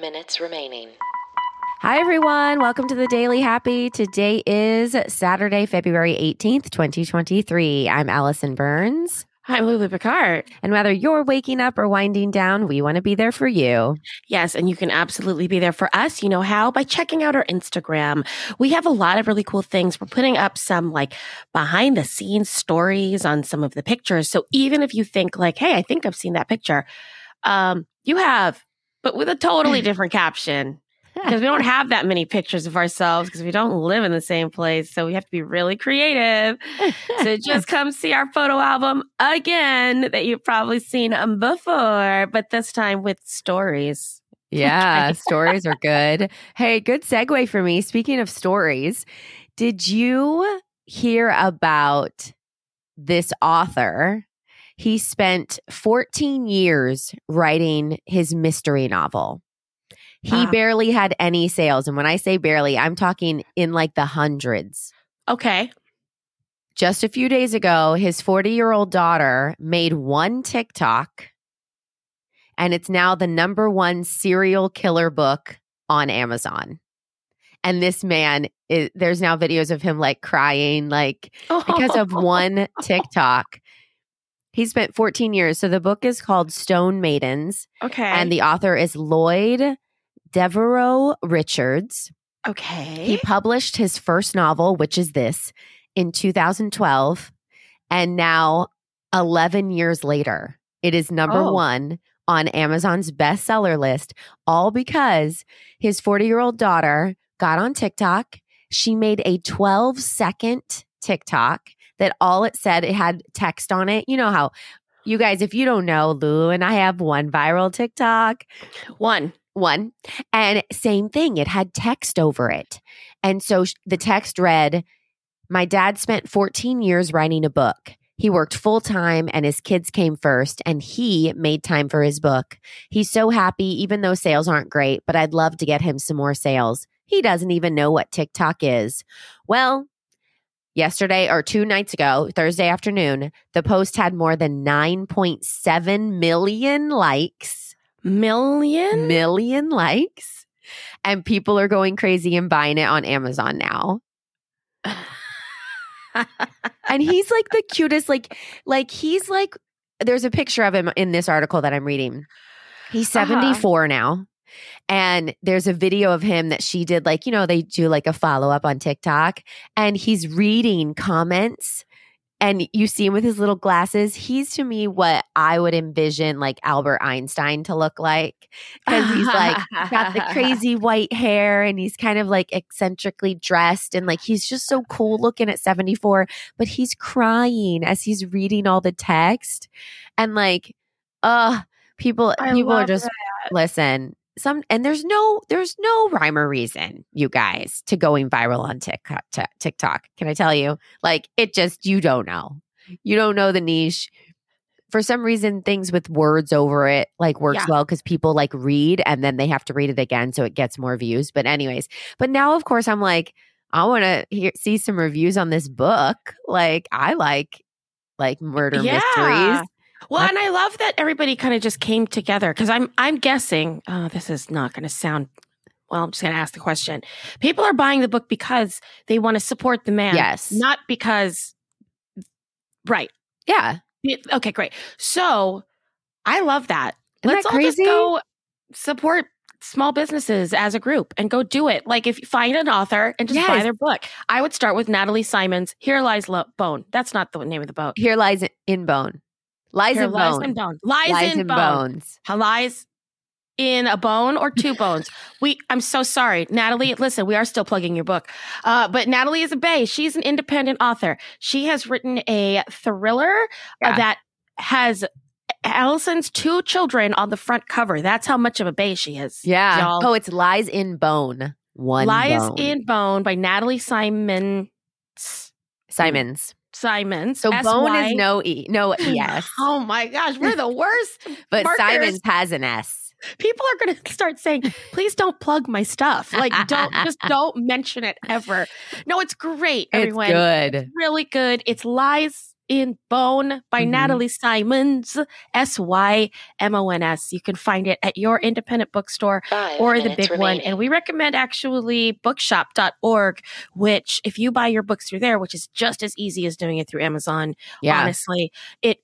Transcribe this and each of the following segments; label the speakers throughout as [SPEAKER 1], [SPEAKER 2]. [SPEAKER 1] minutes remaining.
[SPEAKER 2] Hi, everyone. Welcome to the Daily Happy. Today is Saturday, February 18th, 2023. I'm Allison Burns.
[SPEAKER 3] I'm Lulu Picard.
[SPEAKER 2] And whether you're waking up or winding down, we want to be there for you.
[SPEAKER 3] Yes, and you can absolutely be there for us. You know how? By checking out our Instagram. We have a lot of really cool things. We're putting up some like behind the scenes stories on some of the pictures. So even if you think like, hey, I think I've seen that picture, um, you have, but with a totally different caption. Because we don't have that many pictures of ourselves because we don't live in the same place. So we have to be really creative. so just come see our photo album again that you've probably seen um, before, but this time with stories.
[SPEAKER 2] Yeah, stories are good. Hey, good segue for me. Speaking of stories, did you hear about this author? He spent 14 years writing his mystery novel. He
[SPEAKER 3] Wow.
[SPEAKER 2] barely had any sales. And when I say barely, I'm talking in like the hundreds.
[SPEAKER 3] Okay.
[SPEAKER 2] just a few days ago, his 40 year old daughter made one TikTok, and it's now the number one serial killer book on Amazon. And this man, is, there's now videos of him like crying, like because of one TikTok. He spent 14 years. So the book is called Stone Maidens,
[SPEAKER 3] Okay.
[SPEAKER 2] and the author is Lloyd Devereaux Richards.
[SPEAKER 3] okay.
[SPEAKER 2] He published his first novel, which is this, in 2012. And now, 11 years later, it is number
[SPEAKER 3] Oh.
[SPEAKER 2] one on Amazon's bestseller list, all because his 40 year old daughter got on TikTok. She made a 12 second TikTok that all it said, it had text on it. You know how. You guys, if you don't know, Lulu and I have one viral TikTok
[SPEAKER 3] one.
[SPEAKER 2] one and same thing it had text over it and so sh- the text read my dad spent 14 years writing a book he worked full time and his kids came first and he made time for his book he's so happy even though sales aren't great but i'd love to get him some more sales he doesn't even know what tiktok is well yesterday or two nights ago thursday afternoon the post had more than 9.7 million likes
[SPEAKER 3] Million?
[SPEAKER 2] million likes and people are going crazy and buying it on Amazon now.
[SPEAKER 3] Mm.
[SPEAKER 2] And he's like the cutest like like he's like there's a picture of him in this article that I'm reading. He's
[SPEAKER 3] Uh-huh.
[SPEAKER 2] 74 now. And there's a video of him that she did like you know they do like a follow up on TikTok and he's reading comments and you see him with his little glasses. He's to me what I would envision like Albert Einstein to look like cuz he's like got the crazy white hair and he's kind of like eccentrically dressed and like he's just so cool looking at 74 but he's crying as he's reading all the text and like uh people
[SPEAKER 3] I
[SPEAKER 2] people are
[SPEAKER 3] love
[SPEAKER 2] just listen some and there's no there's no rhyme or reason you guys to going viral on TikTok TikTok can I tell you like it just you don't know you don't know the niche for some reason things with words over it like works
[SPEAKER 3] Yeah.
[SPEAKER 2] well because people like read and then they have to read it again so it gets more views but anyways but now of course i'm like i want to hear see some reviews on this book like i like like murder
[SPEAKER 3] Yeah.
[SPEAKER 2] mysteries
[SPEAKER 3] Well,
[SPEAKER 2] What?
[SPEAKER 3] and I love that everybody kind of just came together because I'm I'm guessing oh, this is not going to sound. Well, I'm just going to ask the question. People are buying the book because they want to support the man,
[SPEAKER 2] Yes.
[SPEAKER 3] not because. Right.
[SPEAKER 2] yeah
[SPEAKER 3] Yeah, Okay. Great. So, I love that.
[SPEAKER 2] Isn't
[SPEAKER 3] Let's
[SPEAKER 2] that
[SPEAKER 3] all
[SPEAKER 2] crazy?
[SPEAKER 3] just go support small businesses as a group and go do it. Like if you find an author and just buy
[SPEAKER 2] Yes.
[SPEAKER 3] their book. I would start with Natalie Simons. Here lies Lo- Bone. That's not the name of the boat.
[SPEAKER 2] here lies in bone lies
[SPEAKER 3] Here
[SPEAKER 2] in
[SPEAKER 3] lies
[SPEAKER 2] bone
[SPEAKER 3] in bone. Lies, in, bone.
[SPEAKER 2] bones
[SPEAKER 3] How lies in a bone or two bones. We I'm so sorry. Natalie, listen, we are still plugging your book. Uh, but Natalie is a bay. She's an independent author. She has written a thriller uh,
[SPEAKER 2] Yeah.
[SPEAKER 3] that has Allison's two children on the front cover. That's how much of a bay she is.
[SPEAKER 2] yeah
[SPEAKER 3] Y'all.
[SPEAKER 2] oh it's lies in bone one
[SPEAKER 3] Lies
[SPEAKER 2] bone.
[SPEAKER 3] in Bone by Natalie Simon
[SPEAKER 2] simons
[SPEAKER 3] Simons.
[SPEAKER 2] so bone
[SPEAKER 3] S Y-
[SPEAKER 2] is no e no es
[SPEAKER 3] Oh my gosh, we're the worst.
[SPEAKER 2] but
[SPEAKER 3] markers.
[SPEAKER 2] simons has an s
[SPEAKER 3] people are going to start saying, "Please don't plug my stuff. Like, don't just don't mention it ever." No, it's great, everyone.
[SPEAKER 2] It's good.
[SPEAKER 3] Really good. It's lies in Bone by
[SPEAKER 2] Mhm.
[SPEAKER 3] Natalie Simons, S Y M O N S. You can find it at your independent bookstore
[SPEAKER 1] Five
[SPEAKER 3] or the
[SPEAKER 1] minutes
[SPEAKER 3] big one.
[SPEAKER 1] remaining.
[SPEAKER 3] And we recommend actually bookshop.org, which if you buy your books through there, which is just as easy as doing it through Amazon,
[SPEAKER 2] Yeah.
[SPEAKER 3] honestly, it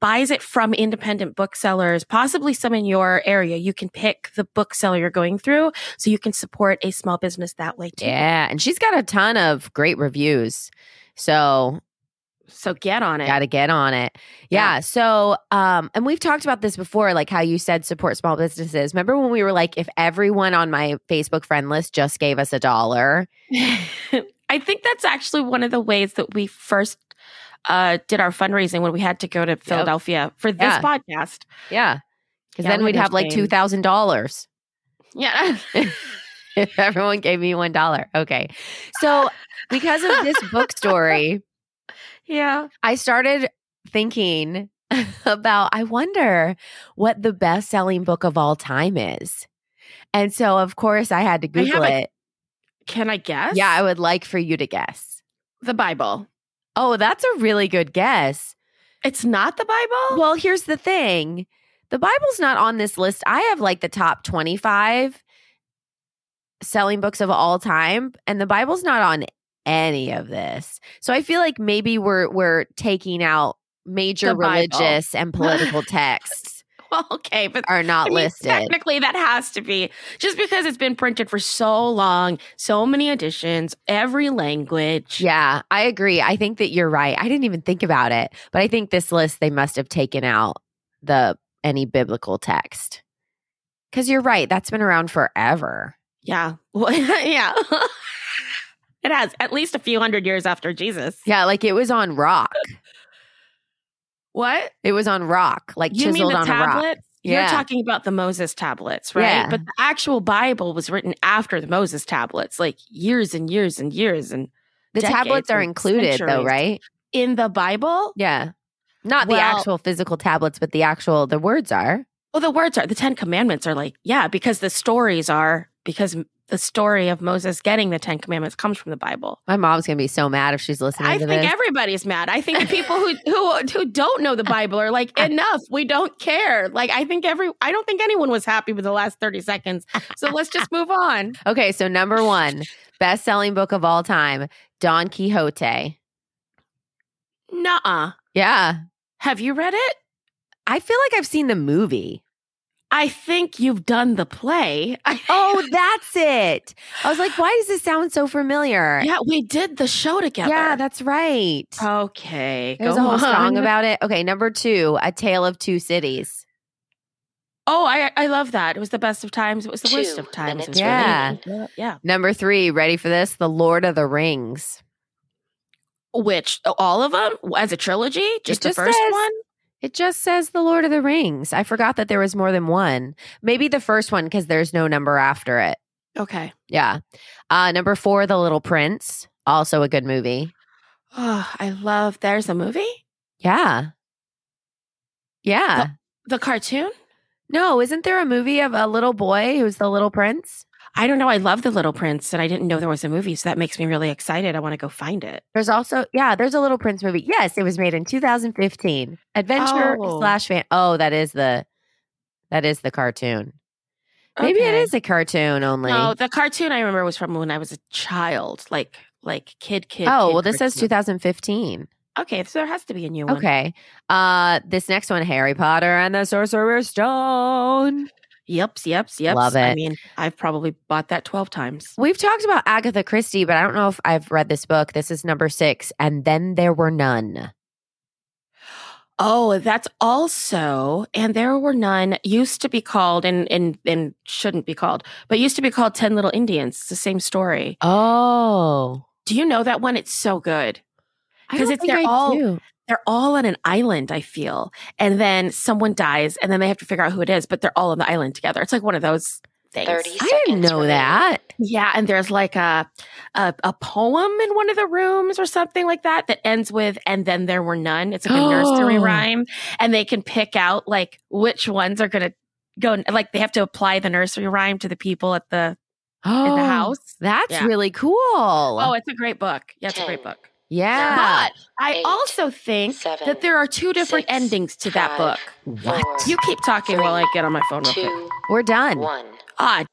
[SPEAKER 3] buys it from independent booksellers, possibly some in your area. You can pick the bookseller you're going through so you can support a small business that way too.
[SPEAKER 2] Yeah. And she's got a ton of great reviews. So
[SPEAKER 3] So get on it.
[SPEAKER 2] got to get on it. Yeah. So, um, and we've talked about this before, like how you said support small businesses. Remember when we were like, if everyone on my Facebook friend list just gave us a dollar?
[SPEAKER 3] I think that's actually one of the ways that we first uh, did our fundraising when we had to go to Philadelphia for this
[SPEAKER 2] Yeah.
[SPEAKER 3] podcast.
[SPEAKER 2] Yeah. Cause
[SPEAKER 3] Yeah,
[SPEAKER 2] then
[SPEAKER 3] we
[SPEAKER 2] we'd
[SPEAKER 3] have
[SPEAKER 2] have like
[SPEAKER 3] shame.
[SPEAKER 2] $2,000
[SPEAKER 3] Yeah.
[SPEAKER 2] if everyone gave me $1. Okay. So, because of this book story,
[SPEAKER 3] yeah.
[SPEAKER 2] I started thinking about I wonder what the best selling book of all time is. And so of course I had to
[SPEAKER 3] I have
[SPEAKER 2] Google
[SPEAKER 3] a
[SPEAKER 2] it.
[SPEAKER 3] Can I guess?
[SPEAKER 2] Yeah, I would like for you to guess.
[SPEAKER 3] the Bible.
[SPEAKER 2] Oh, that's a really good guess.
[SPEAKER 3] It's not the Bible?
[SPEAKER 2] Well, here's the thing. The Bible's not on this list. I have like the top 25 selling books of all time and the Bible's not on any of this. So I feel like maybe we're we're taking out major
[SPEAKER 3] The Bible.
[SPEAKER 2] religious and political texts
[SPEAKER 3] Well, okay, but
[SPEAKER 2] are not
[SPEAKER 3] I mean,
[SPEAKER 2] listed.
[SPEAKER 3] Technically, that has to be just because it's been printed for so long, so many editions, every language.
[SPEAKER 2] Yeah, I agree. I think that you're right. I didn't even think about it, but I think this list they must have taken out the any biblical text. Cuz you're right, that's been around forever.
[SPEAKER 3] Yeah. Well, yeah. it has at least a few hundred years after Jesus.
[SPEAKER 2] Yeah, like it was on rock.
[SPEAKER 3] What?
[SPEAKER 2] It was on rock, like
[SPEAKER 3] You mean
[SPEAKER 2] chiseled
[SPEAKER 3] the
[SPEAKER 2] on a rock.
[SPEAKER 3] tablets?
[SPEAKER 2] Yeah.
[SPEAKER 3] You're talking about the Moses tablets, right?
[SPEAKER 2] Yeah.
[SPEAKER 3] But the actual Bible was written after the Moses tablets, like years and years and years. And
[SPEAKER 2] The
[SPEAKER 3] decades
[SPEAKER 2] tablets are
[SPEAKER 3] and
[SPEAKER 2] included though,
[SPEAKER 3] centuries.
[SPEAKER 2] right?
[SPEAKER 3] in the Bible,
[SPEAKER 2] Yeah. Not the
[SPEAKER 3] Well-
[SPEAKER 2] actual physical tablets, but the actual the words are.
[SPEAKER 3] Well, the words are the Ten Commandments are like, yeah, because the stories are because m- the story of Moses getting the Ten Commandments comes from the Bible.
[SPEAKER 2] My mom's going to be so mad if she's listening
[SPEAKER 3] I
[SPEAKER 2] to
[SPEAKER 3] think
[SPEAKER 2] this.
[SPEAKER 3] everybody's mad. I think the people who who who don't know the Bible are like, enough, we don't care. Like, I think every, I don't think anyone was happy with the last thirty seconds. So let's just move on.
[SPEAKER 2] okay, so number 1, best-selling book of all time, Don Quixote.
[SPEAKER 3] Nuh-uh.
[SPEAKER 2] Yeah.
[SPEAKER 3] Have you read it?
[SPEAKER 2] I feel like I've seen the movie.
[SPEAKER 3] I think you've done the play.
[SPEAKER 2] Oh, that's it. I was like, why does this sound so familiar?
[SPEAKER 3] yeah, we did the show together.
[SPEAKER 2] Yeah, that's right.
[SPEAKER 3] okay.
[SPEAKER 2] There's
[SPEAKER 3] go
[SPEAKER 2] a whole
[SPEAKER 3] on.
[SPEAKER 2] song about it. Okay, number two, A Tale of Two Cities.
[SPEAKER 3] Oh, I I love that. It was the best of times. It was the
[SPEAKER 1] Two
[SPEAKER 3] worst of times. It was
[SPEAKER 1] minutes
[SPEAKER 2] Yeah.
[SPEAKER 3] really- yeah.
[SPEAKER 2] Number three, ready for this? The Lord of the Rings.
[SPEAKER 3] Which all of them as a trilogy, just the
[SPEAKER 2] just
[SPEAKER 3] first
[SPEAKER 2] says-
[SPEAKER 3] one.
[SPEAKER 2] It just says The Lord of the Rings. I forgot that there was more than one. Maybe the first one because there's no number after it.
[SPEAKER 3] Okay.
[SPEAKER 2] Yeah. Uh, number four, The Little Prince. Also a good movie.
[SPEAKER 3] Oh, I love. There's a movie,
[SPEAKER 2] Yeah. Yeah.
[SPEAKER 3] the cartoon.
[SPEAKER 2] No, isn't there a movie of a little boy who's the little prince?
[SPEAKER 3] I don't know. I love the Little Prince, and I didn't know there was a movie, so that makes me really excited. I want to go find it.
[SPEAKER 2] There's also, yeah, there's a little prince movie. Yes, it was made in 2015. Adventure
[SPEAKER 3] Oh.
[SPEAKER 2] slash fan. Oh, that is the, that is the cartoon. Maybe it
[SPEAKER 3] Okay.
[SPEAKER 2] is a cartoon only.
[SPEAKER 3] No, the cartoon I remember was from when I was a child, like like kid, kid.
[SPEAKER 2] oh,
[SPEAKER 3] kid
[SPEAKER 2] well, this says
[SPEAKER 3] cartoon.
[SPEAKER 2] 2015.
[SPEAKER 3] Okay, so there has to be a new one.
[SPEAKER 2] Okay. Uh, this next one, Harry Potter and the Sorcerer's Stone.
[SPEAKER 3] Yep, yep, yep.
[SPEAKER 2] Love
[SPEAKER 3] I
[SPEAKER 2] it.
[SPEAKER 3] mean, I've probably bought that twelve times.
[SPEAKER 2] We've talked about Agatha Christie, but I don't know if I've read this book. This is number six. And then there were none.
[SPEAKER 3] Oh, that's also, and there were none used to be called and and and shouldn't be called, but used to be called Ten Little Indians. It's the same story.
[SPEAKER 2] Oh,
[SPEAKER 3] Do you know that one? It's so good.
[SPEAKER 2] I don't
[SPEAKER 3] 'Cause it's-
[SPEAKER 2] think
[SPEAKER 3] they're
[SPEAKER 2] I
[SPEAKER 3] all-
[SPEAKER 2] do.
[SPEAKER 3] They're all on an island, I feel, and then someone dies, and then they have to figure out who it is, but they're all on the island together. It's like one of those things.
[SPEAKER 1] 30
[SPEAKER 2] I didn't
[SPEAKER 1] seconds
[SPEAKER 2] know
[SPEAKER 1] remaining.
[SPEAKER 2] that.
[SPEAKER 3] Yeah, and there's like a, a a poem in one of the rooms or something like that that ends with "and then there were none." It's like a nursery rhyme, and they can pick out like which ones are gonna go. Like they have to apply the nursery rhyme to the people at the
[SPEAKER 2] Oh,
[SPEAKER 3] in the house.
[SPEAKER 2] That's
[SPEAKER 3] Yeah.
[SPEAKER 2] really cool.
[SPEAKER 3] Oh, it's Oh, a great book. Yeah, it's a great
[SPEAKER 1] Ten,
[SPEAKER 3] book.
[SPEAKER 2] Yeah.
[SPEAKER 1] But
[SPEAKER 3] I
[SPEAKER 1] Eight,
[SPEAKER 3] also think
[SPEAKER 1] seven,
[SPEAKER 3] that there are two different
[SPEAKER 1] six,
[SPEAKER 3] endings to that
[SPEAKER 1] five,
[SPEAKER 3] book.
[SPEAKER 1] What?
[SPEAKER 3] You keep talking
[SPEAKER 1] three,
[SPEAKER 3] while I get on my phone real quick.
[SPEAKER 1] Two,
[SPEAKER 2] We're done.
[SPEAKER 1] one.
[SPEAKER 3] Ah,